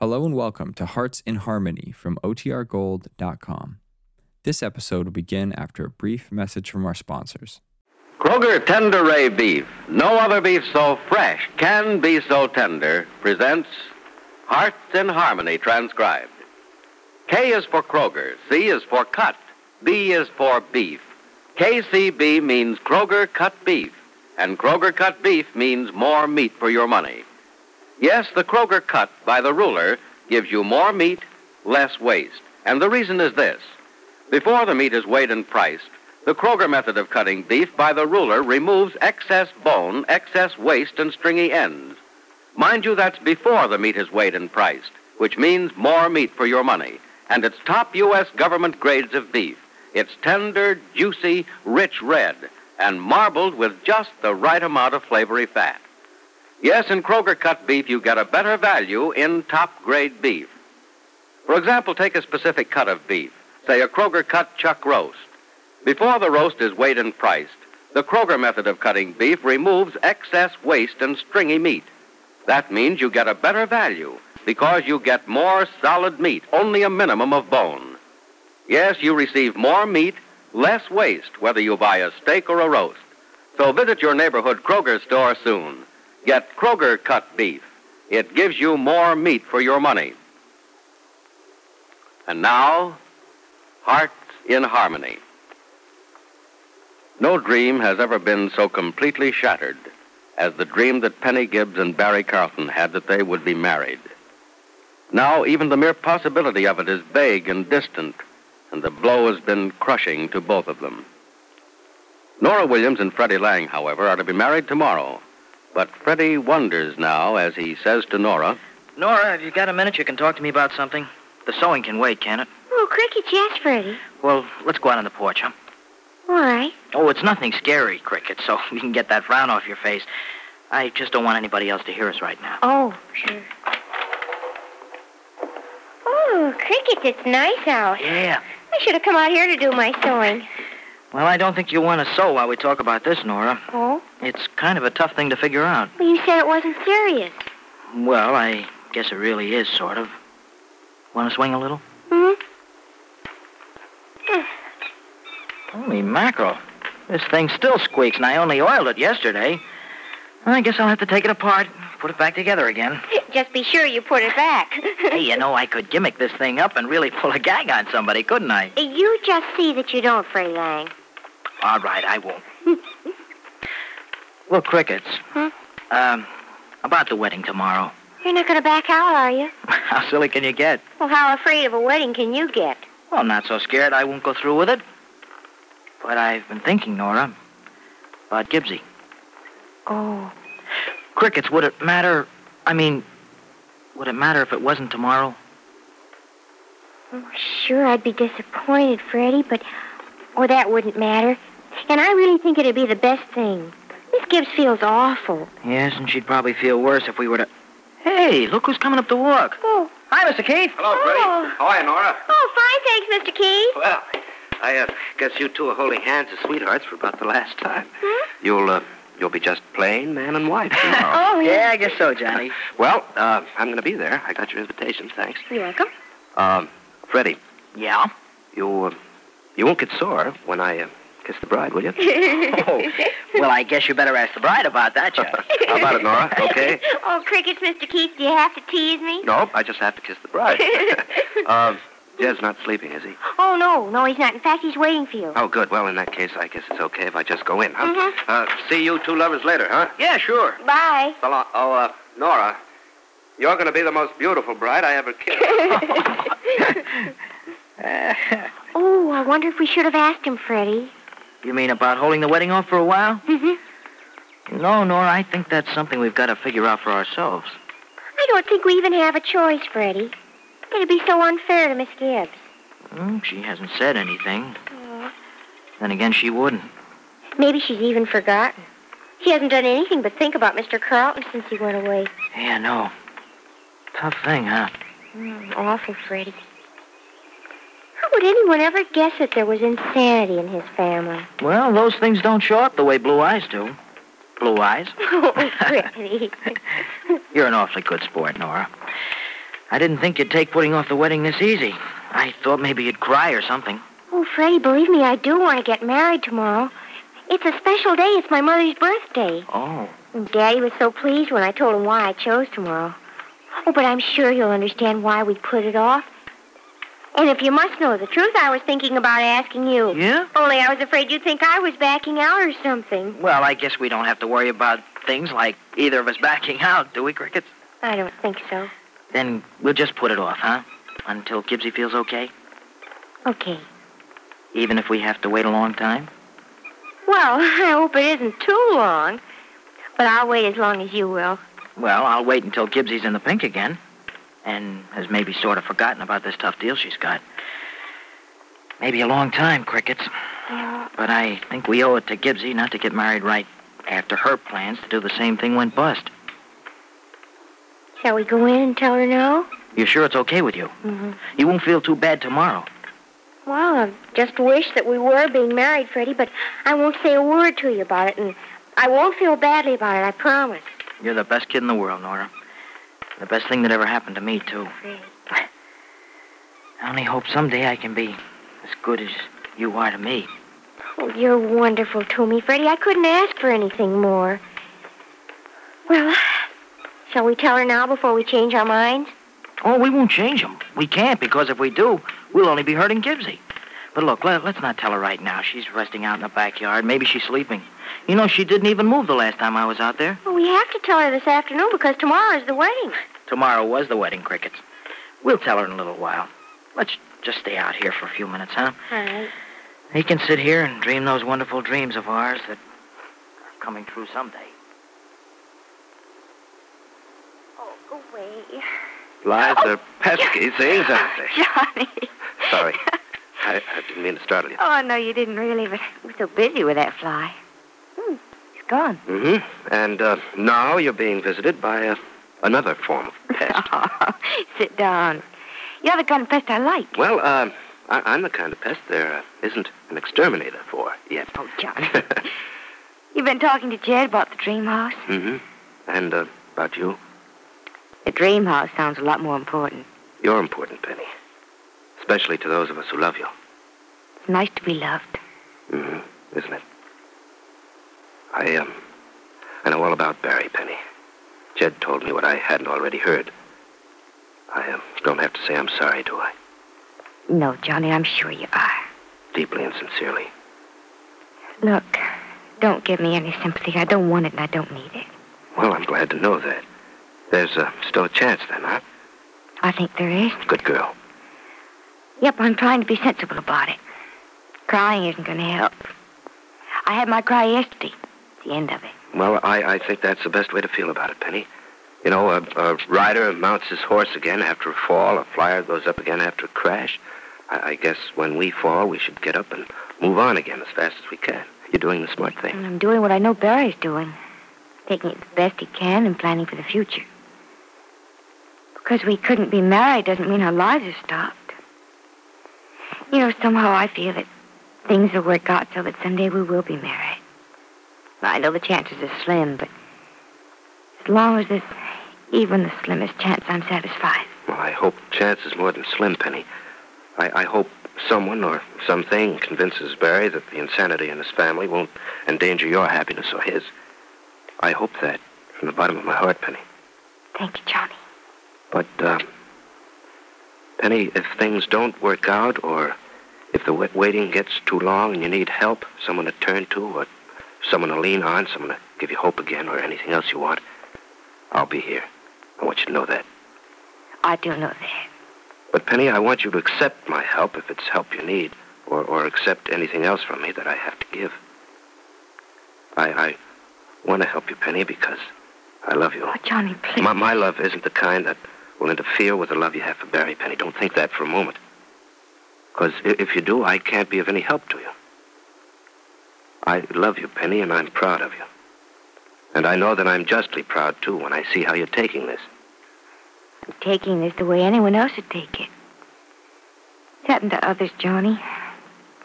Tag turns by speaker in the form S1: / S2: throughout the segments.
S1: Hello and welcome to Hearts in Harmony from OTRGold.com. This episode will begin after a brief message from our sponsors.
S2: Kroger Tender Ray Beef, no other beef so fresh can be so tender, presents Hearts in Harmony transcribed. K is for Kroger, C is for cut, B is for beef. KCB means Kroger cut beef, and Kroger cut beef means more meat for your money. Yes, the Kroger cut by the ruler gives you more meat, less waste. And the reason is this. Before the meat is weighed and priced, the Kroger method of cutting beef by the ruler removes excess bone, excess waste, and stringy ends. Mind you, that's before the meat is weighed and priced, which means more meat for your money. And it's top U.S. government grades of beef. It's tender, juicy, rich red, and marbled with just the right amount of flavory fat. Yes, in Kroger cut beef, you get a better value in top grade beef. For example, take a specific cut of beef, say a Kroger cut chuck roast. Before the roast is weighed and priced, the Kroger method of cutting beef removes excess waste and stringy meat. That means you get a better value because you get more solid meat, only a minimum of bone. Yes, you receive more meat, less waste, whether you buy a steak or a roast. So visit your neighborhood Kroger store soon. Get Kroger cut beef. It gives you more meat for your money. And now, Hearts in Harmony. No dream has ever been so completely shattered as the dream that Penny Gibbs and Barry Carlton had that they would be married. Now, even the mere possibility of it is vague and distant, and the blow has been crushing to both of them. Nora Williams and Freddie Lang, however, are to be married tomorrow. But Freddie wonders now as he says to Nora,
S3: Nora, have you got a minute you can talk to me about something? The sewing can wait, can it?
S4: Oh, Cricket, yes, Freddie.
S3: Well, let's go out on the porch, huh?
S4: All right.
S3: Oh, it's nothing scary, Cricket, so you can get that frown off your face. I just don't want anybody else to hear us right now.
S4: Oh, sure. Oh, Cricket, it's nice out.
S3: Yeah.
S4: I should have come out here to do my sewing.
S3: Well, I don't think you want to sew while we talk about this, Nora.
S4: Oh?
S3: It's kind of a tough thing to figure out.
S4: Well, you said it wasn't serious.
S3: Well, I guess it really is, sort of. Want to swing a little?
S4: Hmm?
S3: Holy mackerel. This thing still squeaks, and I only oiled it yesterday. I guess I'll have to take it apart, put it back together again.
S4: Just be sure you put it back.
S3: Hey,
S4: uh,
S3: you know, I could gimmick this thing up and really pull a gag on somebody, couldn't I?
S4: You just see that you don't, Freddie Lang.
S3: All right, I won't. Look, Crickets.
S4: Hmm?
S3: Um, about the wedding tomorrow.
S4: You're not going to back out, are you?
S3: How silly can you get?
S4: Well, how afraid of a wedding can you get?
S3: Well, I'm not so scared I won't go through with it. But I've been thinking, Nora, about Gibbsy.
S4: Oh.
S3: Crickets, would it matter? I mean, would it matter if it wasn't tomorrow?
S4: oh sure, I'd be disappointed, Freddie, but. Oh, that wouldn't matter. And I really think it'd be the best thing. Miss Gibbs feels awful.
S3: Yes, and she'd probably feel worse if we were to. Hey, look who's coming up the walk.
S4: Oh.
S3: Hi, Mr. Keith.
S2: Hello, Freddie.
S4: Oh.
S2: How are you, Nora?
S4: Oh, fine, thanks, Mr. Keith.
S2: Well, I uh, guess you two are holding hands as sweethearts for about the last time.
S4: Hmm?
S2: You'll, uh, you'll be just plain man and wife tomorrow.
S4: Oh,
S3: Yeah, I guess so, Johnny.
S2: well, uh, I'm going to be there. I got your invitation, thanks.
S4: You're welcome.
S2: Um, Freddie,
S3: Yeah?
S2: you, uh, you won't get sore when I uh, kiss the bride, will you?
S3: Oh, well, I guess you better ask the bride about that, Johnny.
S2: How about it, Nora? Okay?
S4: oh, crickets, Mr. Keith, do you have to tease me?
S2: No, I just have to kiss the bride. um, Jed's not sleeping, is he?
S4: Oh, no, no, he's not. In fact, he's waiting for you.
S2: Oh, good. Well, in that case, I guess it's okay if I just go in, huh?
S4: Mhm.
S2: Uh, see you two lovers later, huh?
S3: yeah, sure.
S4: Mm-hmm. Bye.
S2: So long. Oh, uh, Nora, you're going to be the most beautiful bride I ever kissed.
S4: Oh, I wonder if we should have asked him, Freddie.
S3: You mean about holding the wedding off for a while?
S4: Mhm.
S3: No, Nora, I think that's something we've got to figure out for ourselves.
S4: I don't think we even have a choice, Freddie. It'd be so unfair to Miss Gibbs.
S3: Hmm, she hasn't said anything. Then again, she wouldn't.
S4: Maybe she's even forgotten. She hasn't done anything but think about Mr. Carlton since he went away.
S3: Yeah, no. Tough thing, huh?
S4: Mm, awful, Freddie. How would anyone ever guess that there was insanity in his family?
S3: Well, those things don't show up the way blue eyes do. Blue eyes?
S4: Oh, Freddie.
S3: You're an awfully good sport, Nora. I didn't think you'd take putting off the wedding this easy. I thought maybe you'd cry or something.
S4: Oh, Freddie, believe me, I do want to get married tomorrow. It's a special day. It's my mother's birthday.
S3: Oh.
S4: And Daddy was so pleased when I told him why I chose tomorrow. Oh, but I'm sure he'll understand why we put it off. And if you must know the truth, I was thinking about asking you.
S3: Yeah?
S4: Only I was afraid you'd think I was backing out or something.
S3: Well, I guess we don't have to worry about things like either of us backing out, do we, Crickets?
S4: I don't think so.
S3: Then we'll just put it off, huh? Until Gibbsy feels okay?
S4: Okay.
S3: Even if we have to wait a long time?
S4: Well, I hope it isn't too long. But I'll wait as long as you will.
S3: Well, I'll wait until Gibbsy's in the pink again. And has maybe sort of forgotten about this tough deal she's got. Maybe a long time, Crickets. But I think we owe it to Gibbsy not to get married right after her plans to do the same thing went bust.
S4: Shall we go in and tell her no?
S3: You're sure it's okay with you?
S4: Mm-hmm.
S3: You won't feel too bad tomorrow.
S4: Well, I just wish that we were being married, Freddie, but I won't say a word to you about it, and I won't feel badly about it, I promise.
S3: You're the best kid in the world, Nora. The best thing that ever happened to me, too.
S4: Freddie.
S3: I only hope someday I can be as good as you are to me.
S4: Oh, you're wonderful to me, Freddie. I couldn't ask for anything more. Well, shall we tell her now before we change our minds?
S3: Oh, we won't change him. We can't, because if we do, we'll only be hurting Gibbsy. But look, let, let's not tell her right now. She's resting out in the backyard. Maybe she's sleeping. You know, she didn't even move the last time I was out there.
S4: Well, we have to tell her this afternoon because tomorrow is the wedding.
S3: Tomorrow was the wedding, Crickets. We'll tell her in a little while. Let's just stay out here for a few minutes, huh?
S4: All right.
S3: He can sit here and dream those wonderful dreams of ours that are coming true someday.
S4: Oh, go away.
S5: Liza pesky things, aren't they?
S4: Johnny.
S5: Sorry. I, I didn't mean to startle you.
S4: Oh, no, you didn't really, but we're so busy with that fly. Hmm, it's gone.
S5: Mm-hmm. And uh, now you're being visited by uh, another form of pest.
S4: Oh, sit down. You're the kind of pest I like.
S5: Well, uh, I, I'm the kind of pest there uh, isn't an exterminator for yet.
S4: Oh, Johnny. You've been talking to Jed about the dream house?
S5: mm-hmm. And uh, about you,
S4: The dream house sounds a lot more important.
S5: you're important, Penny. Especially to those of us who love you.
S4: It's nice to be loved.
S5: Mm-hmm. Isn't it? I, um, I know all about Barry, Penny. Jed told me what I hadn't already heard. I um, don't have to say I'm sorry, do I?
S4: No, Johnny, I'm sure you are.
S5: Deeply and sincerely.
S4: Look, don't give me any sympathy. I don't want it and I don't need it.
S5: Well, I'm glad to know that. There's uh, still a chance, then, huh?
S4: I think there is.
S5: Good girl.
S4: Yep, I'm trying to be sensible about it. Crying isn't going to help. I had my cry yesterday. It's the end of it.
S5: Well, I, I think that's the best way to feel about it, Penny. You know, a, a rider mounts his horse again after a fall. A flyer goes up again after a crash. I, I guess when we fall, we should get up and move on again as fast as we can. You're doing the smart thing.
S4: And I'm doing what I know Barry's doing. Taking it the best he can and planning for the future. Because we couldn't be married doesn't mean our lives are stopped. You know, somehow I feel that things will work out so that someday we will be married. I know the chances are slim, but as long as there's even the slimmest chance, I'm satisfied.
S5: Well, I hope chance is more than slim, Penny. I, I hope someone or something convinces Barry that the insanity in his family won't endanger your happiness or his. I hope that from the bottom of my heart, Penny.
S4: Thank you, Johnny.
S5: But, uh, Penny, if things don't work out or if the wait- waiting gets too long and you need help, someone to turn to or someone to lean on, someone to give you hope again or anything else you want, I'll be here. I want you to know that.
S4: I do know that.
S5: But, Penny, I want you to accept my help if it's help you need, or, or accept anything else from me that I have to give. I, I want to help you, Penny, because I love you.
S4: Oh, Johnny, please.
S5: My, my love isn't the kind that will interfere with the love you have for Barry, Penny. Don't think that for a moment. Because if you do, I can't be of any help to you. I love you, Penny, and I'm proud of you. And I know that I'm justly proud, too, when I see how you're taking this.
S4: taking this the way anyone else would take it. It's happened to others, Johnny.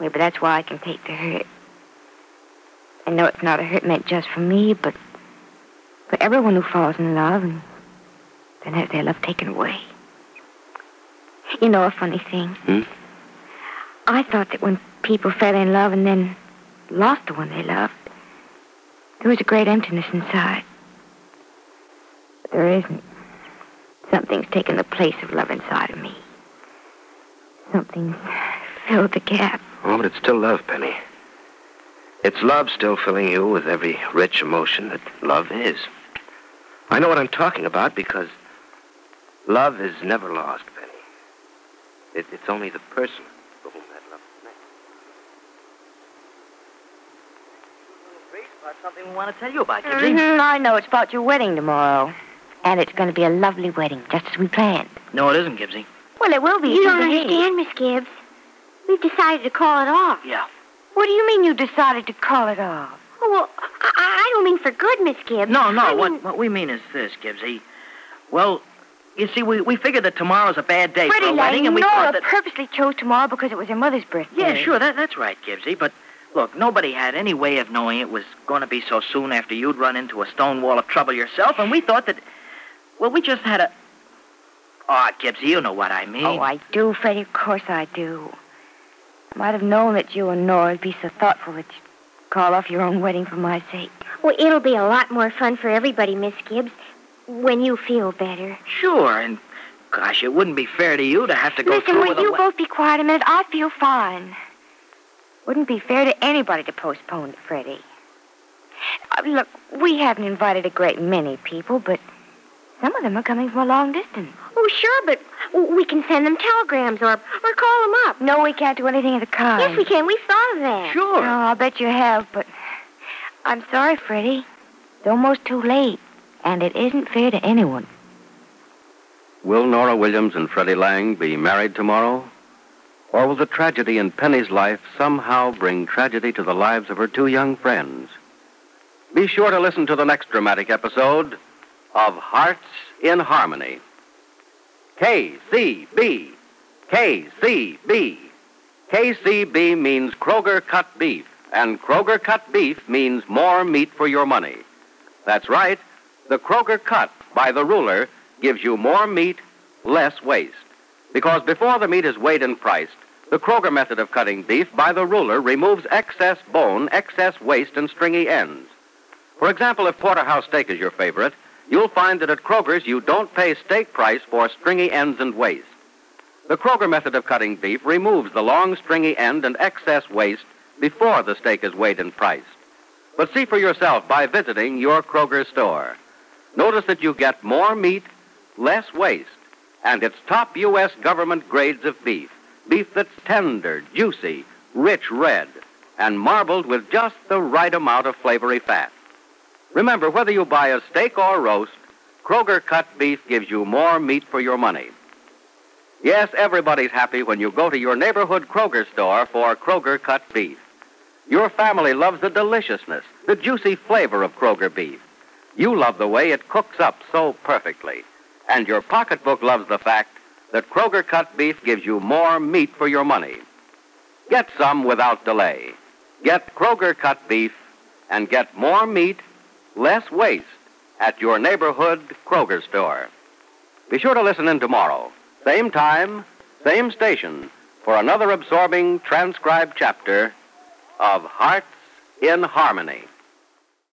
S4: Maybe that's why I can take the hurt. I know it's not a hurt meant just for me, but for everyone who falls in love and then has their love taken away. You know a funny thing?
S2: Hmm?
S4: I thought that when people fell in love and then lost the one they loved, there was a great emptiness inside. But there isn't. Something's taken the place of love inside of me. Something's filled the gap.
S2: Oh, but it's still love, Penny. It's love still filling you with every rich emotion that love is. I know what I'm talking about because love is never lost, Penny. It, it's only the person for whom that love is meant.
S3: About something we want to tell you about, Gibbsy.
S4: Mhm, I know. It's about your wedding tomorrow. And it's going to be a lovely wedding, just as we planned.
S3: No, it isn't, Gibbsy.
S4: Well, it will be.
S6: You
S4: It's
S6: don't
S4: in the heat.
S6: understand, Miss Gibbs. We've decided to call it off.
S3: Yeah.
S4: What do you mean you decided to call it off?
S6: Oh, well, I, I don't mean for good, Miss Gibbs.
S3: No, no.
S6: I mean-
S3: What what we mean is this, Gibbsy. Well, you see, we, we figured that tomorrow's a bad day for
S4: Pretty
S3: a wedding,
S4: lady,
S3: and we
S4: Nora
S3: thought that.
S4: purposely chose tomorrow because it was her mother's birthday.
S3: Yeah, sure, that, that's right, Gibbsy. But look, nobody had any way of knowing it was going to be so soon after you'd run into a stone wall of trouble yourself, and we thought that. Well, we just had a. Ah, Gibbsy, you know what I mean.
S4: Oh, I do, Freddie. Of course I do. I might have known that you and Nora would be so thoughtful that you'd call off your own wedding for my sake.
S6: Well, it'll be a lot more fun for everybody, Miss Gibbs, when you feel better.
S3: Sure, and gosh, it wouldn't be fair to you to have to go
S4: Listen,
S3: through
S4: will
S3: with a
S4: you
S3: we-
S4: both be quiet a minute? I feel fine. Wouldn't be fair to anybody to postpone it, Freddie. Uh, look, we haven't invited a great many people, but some of them are coming from a long distance.
S6: Oh, sure, but w- we can send them telegrams or, or call them up.
S4: No, we can't do anything of the kind.
S6: Yes, we can. We've thought of that.
S4: Oh,
S3: Sure.
S4: I'll bet you have, but I'm sorry, Freddie. It's almost too late, and it isn't fair to anyone.
S2: Will Nora Williams and Freddie Lang be married tomorrow? Or will the tragedy in Penny's life somehow bring tragedy to the lives of her two young friends? Be sure to listen to the next dramatic episode of Hearts in Harmony. KCB. KCB. KCB means Kroger cut beef, and Kroger cut beef means more meat for your money. That's right. The Kroger cut by the ruler gives you more meat, less waste. Because before the meat is weighed and priced, the Kroger method of cutting beef by the ruler removes excess bone, excess waste, and stringy ends. For example, if porterhouse steak is your favorite, you'll find that at Kroger's you don't pay steak price for stringy ends and waste. The Kroger method of cutting beef removes the long, stringy end and excess waste before the steak is weighed and priced. But see for yourself by visiting your Kroger store. Notice that you get more meat, less waste, and it's top U.S. government grades of beef. Beef that's tender, juicy, rich red, and marbled with just the right amount of flavory fat. Remember, whether you buy a steak or roast, Kroger cut beef gives you more meat for your money. Yes, everybody's happy when you go to your neighborhood Kroger store for Kroger cut beef. Your family loves the deliciousness, the juicy flavor of Kroger beef. You love the way it cooks up so perfectly. And your pocketbook loves the fact that Kroger cut beef gives you more meat for your money. Get some without delay. Get Kroger cut beef and get more meat, less waste at your neighborhood Kroger store. Be sure to listen in tomorrow, same time, same station, for another absorbing transcribed chapter of Hearts in Harmony.